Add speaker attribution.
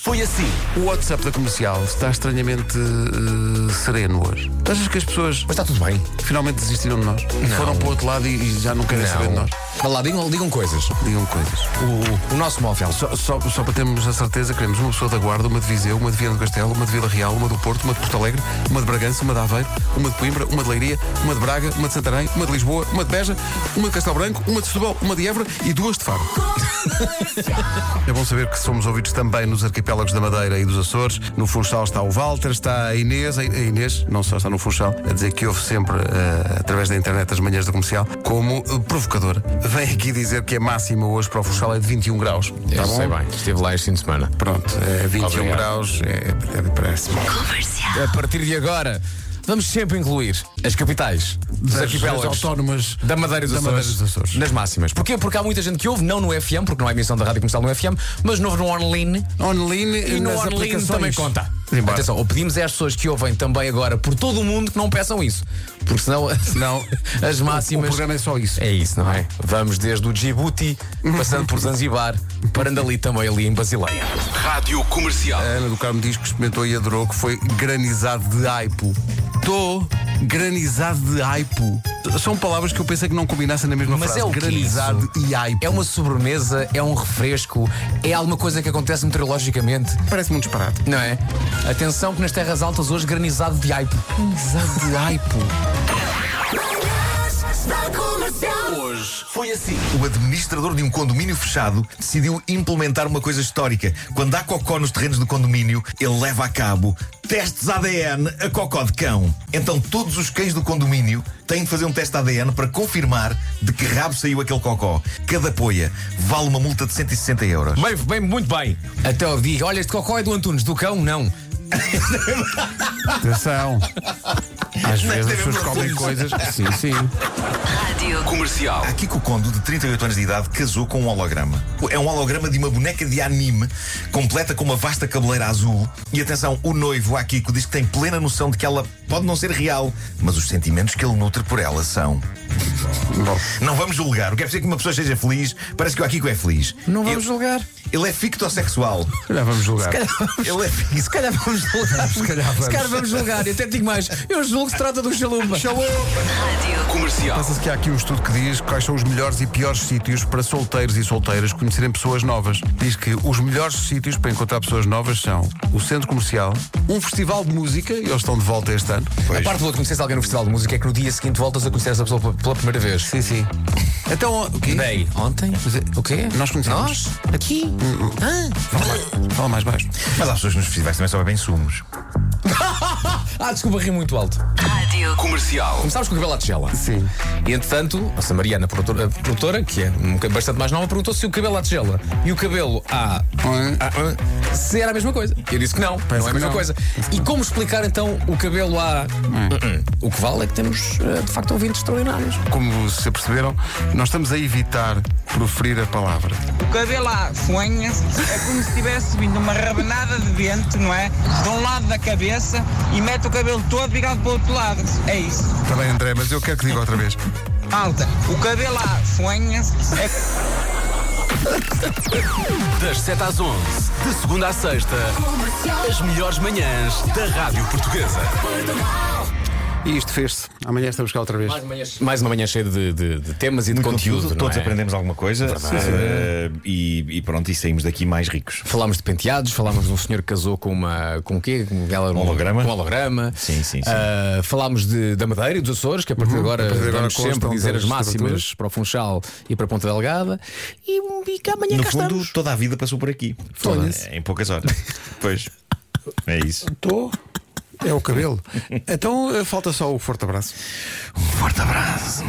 Speaker 1: Foi assim.
Speaker 2: O WhatsApp da comercial está estranhamente eh, sereno hoje. Achas que as pessoas
Speaker 1: Mas está tudo bem.
Speaker 2: finalmente desistiram de nós? Foram para o outro lado e, e já não querem saber de nós?
Speaker 1: Mas lá, digam, digam coisas.
Speaker 2: Digam coisas.
Speaker 1: O, o nosso móvel.
Speaker 2: Só, só- só para termos a certeza, queremos uma pessoa da Guarda, uma de Viseu, uma de Viana do Castelo, uma de Vila Real, uma do Porto, uma de Porto Alegre, uma de Bragança, uma de Aveiro, uma de Coimbra, uma de Leiria, uma de Braga, uma de Santarém, uma de Lisboa, uma de Beja, uma de Castelo Branco, uma de Setúbal, uma de Évora e duas de Faro. É bom saber que somos ouvidos também nos arquipélagos da Madeira e dos Açores. No Funchal está o Walter, está a Inês. A Inês não só está no Funchal, a dizer que ouve sempre, eh, através da internet, as manhãs da comercial, como eh, provocadora. Vem aqui dizer que a máxima hoje para o Funchal é de 21 graus. Tá
Speaker 3: Eu
Speaker 2: bom?
Speaker 3: sei bem, estive lá este fim de semana.
Speaker 2: Pronto, é 21
Speaker 3: Obrigado.
Speaker 2: graus, é, é, parece-me.
Speaker 3: A partir de agora, vamos sempre incluir as capitais dos
Speaker 2: As
Speaker 3: arquipélagos.
Speaker 2: autónomas
Speaker 3: Da Madeira e dos
Speaker 2: da Madeira
Speaker 3: Açores.
Speaker 2: e dos Açores.
Speaker 3: Nas máximas. Porquê? Porque há muita gente que ouve, não no FM, porque não há emissão da rádio comercial no FM, mas novo no online.
Speaker 2: Online
Speaker 3: E no
Speaker 2: nas
Speaker 3: online
Speaker 2: aplicações.
Speaker 3: também conta.
Speaker 2: Embora.
Speaker 3: Atenção, ou pedimos é às pessoas que ouvem também agora por todo o mundo que não peçam isso. Porque senão,
Speaker 2: Não.
Speaker 3: as
Speaker 2: O
Speaker 3: máximas.
Speaker 2: programa é só isso.
Speaker 3: É isso, não é? Vamos desde o Djibouti, passando por Zanzibar, parando ali também ali em Basileia.
Speaker 4: Rádio Comercial.
Speaker 2: A Ana do Carmo diz que experimentou e adorou que foi granizado de aipo. Tô granizado de aipo. São palavras que eu pensei que não combinassem na mesma
Speaker 3: Mas
Speaker 2: frase.
Speaker 3: é o que é
Speaker 2: granizado e aipo.
Speaker 3: É uma sobremesa, é um refresco, é alguma coisa que acontece meteorologicamente,
Speaker 2: Parece-me um disparate.
Speaker 3: não é? Atenção que nas terras altas hoje granizado de aipo. Granizado de aipo.
Speaker 4: Hoje foi assim.
Speaker 5: O administrador de um condomínio fechado decidiu implementar uma coisa histórica. Quando há cocó nos terrenos do condomínio, ele leva a cabo testes ADN a cocó de cão. Então todos os cães do condomínio têm de fazer um teste ADN para confirmar de que rabo saiu aquele cocó. Cada poia vale uma multa de 160 euros.
Speaker 3: Bem, bem, muito bem. Até eu digo, olha, este cocó é do Antunes, do cão, não.
Speaker 2: Atenção. Às
Speaker 5: Não
Speaker 2: vezes as
Speaker 5: tem
Speaker 2: pessoas
Speaker 5: mesmo
Speaker 2: comem
Speaker 5: assunto.
Speaker 2: coisas. Sim, sim.
Speaker 4: Comercial.
Speaker 5: A Kiko Kondo, de 38 anos de idade, casou com um holograma. É um holograma de uma boneca de anime, completa com uma vasta cabeleira azul. E atenção, o noivo, a Kiko, diz que tem plena noção de que ela pode não ser real, mas os sentimentos que ele nutre por ela são. Não vamos julgar. O que é dizer que uma pessoa seja feliz, parece que o Akiko é feliz.
Speaker 3: Não vamos
Speaker 5: Ele-
Speaker 3: julgar.
Speaker 5: Ele é fictossexual.
Speaker 2: Já vamos julgar.
Speaker 5: Ele é
Speaker 3: Se calhar vamos julgar. Se
Speaker 2: calhar vamos.
Speaker 3: Se calhar vamos julgar. Eu até digo mais. Eu julgo que se trata de um chalumba.
Speaker 4: Comercial.
Speaker 2: Passa-se que há aqui um estudo que diz quais são os melhores e piores sítios para solteiros e solteiras conhecerem pessoas novas. Diz que os melhores sítios para encontrar pessoas novas são o centro comercial, um festival de música, e eles estão de volta este ano.
Speaker 3: A parte boa de conhecer alguém no festival de música é que no dia seguinte voltas a conhecer essa pessoa pela- pela primeira vez.
Speaker 2: Sim, sim. Então, o quê?
Speaker 3: Bem, ontem? O quê?
Speaker 2: Nós conhecemos.
Speaker 3: Nós? Hum, Aqui?
Speaker 2: Fala mais baixo.
Speaker 5: Mas há pessoas que nos festivais também só bebem sumos.
Speaker 3: Ah, desculpa, ri muito alto.
Speaker 4: Comercial.
Speaker 3: Começámos com o cabelo à tigela.
Speaker 2: Sim.
Speaker 3: E entretanto, a Mariana, a produtora, a produtora, que é um bocado- bastante mais nova, perguntou se o cabelo à tigela e o cabelo à.
Speaker 2: Ah,
Speaker 3: à- à- se era a mesma coisa. Eu disse que não, não é a
Speaker 2: que
Speaker 3: mesma
Speaker 2: não.
Speaker 3: coisa. E como explicar então o cabelo à. O que vale é que temos eh, de facto ouvintes extraordinários.
Speaker 2: Como se perceberam, nós estamos a evitar proferir a palavra.
Speaker 6: O cabelo à sonha é como se tivesse vindo uma rabanada de vento, não é? De um lado da cabeça e mete o cabelo todo virado para o outro lado. É isso.
Speaker 2: Está bem, André, mas eu quero que diga outra vez.
Speaker 6: Alta, o cabelo à sonha é
Speaker 4: Das 7 às 11. De segunda à sexta. As melhores manhãs da Rádio Portuguesa.
Speaker 2: E isto fez-se. Amanhã estamos cá outra vez.
Speaker 3: Mais uma manhã cheia de, de- de temas e de conteúdo. não
Speaker 5: Todos
Speaker 3: é?
Speaker 5: aprendemos alguma coisa eh, e, e pronto, e saímos daqui mais ricos.
Speaker 3: Falámos de penteados, falámos de um senhor que casou com uma. com o quê? Com ela, um,
Speaker 5: holograma.
Speaker 3: Um holograma.
Speaker 5: Sim, sim, sim.
Speaker 3: Ah, falámos de, da Madeira e dos Açores, que a partir de agora
Speaker 2: partir de agora
Speaker 3: vamos sempre
Speaker 2: constam
Speaker 3: dizer
Speaker 2: das
Speaker 3: as máximas
Speaker 2: temperaturas.
Speaker 3: para o Funchal e para a Ponta Delgada. E, e cá amanhã
Speaker 5: No
Speaker 3: cá
Speaker 5: fundo,
Speaker 3: estamos.
Speaker 5: toda a vida passou por aqui. Toda, em poucas horas. pois. É isso.
Speaker 2: Estou. É o cabelo. Então eh, falta só o forte abraço.
Speaker 5: Forte abraço.